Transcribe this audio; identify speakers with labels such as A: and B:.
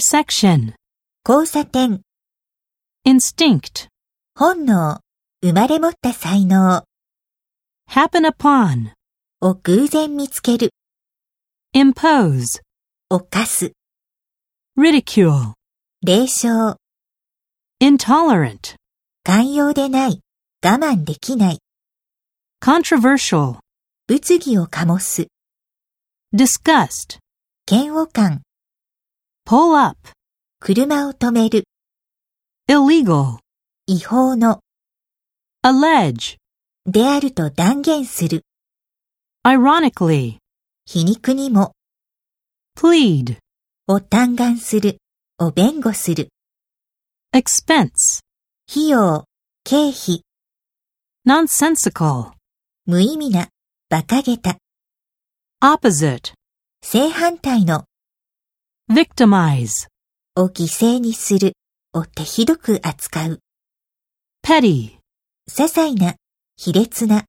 A: intersection,
B: 交差点、
A: instinct,
B: 本能、生まれ持った才能
A: happen upon,
B: を偶然見つける、
A: impose,
B: 犯す、
A: ridicule,
B: 霊障、
A: intolerant,
B: 寛容でない、我慢できない、
A: controversial,
B: 物議を醸す、
A: disgust,
B: 嫌悪感、
A: pull up,
B: 車を止める、
A: illegal,
B: 違法の、
A: allege,
B: であると断言する、
A: ironically,
B: 皮肉にも、
A: plead,
B: を嘆願する、を弁護する、
A: expense,
B: 費用、経費、
A: nonsensical,
B: 無意味な、馬鹿げた、
A: opposite,
B: 正反対の、
A: victimize,
B: を犠牲にする、を手ひどく扱う。
A: petty.
B: 些細な、卑劣な、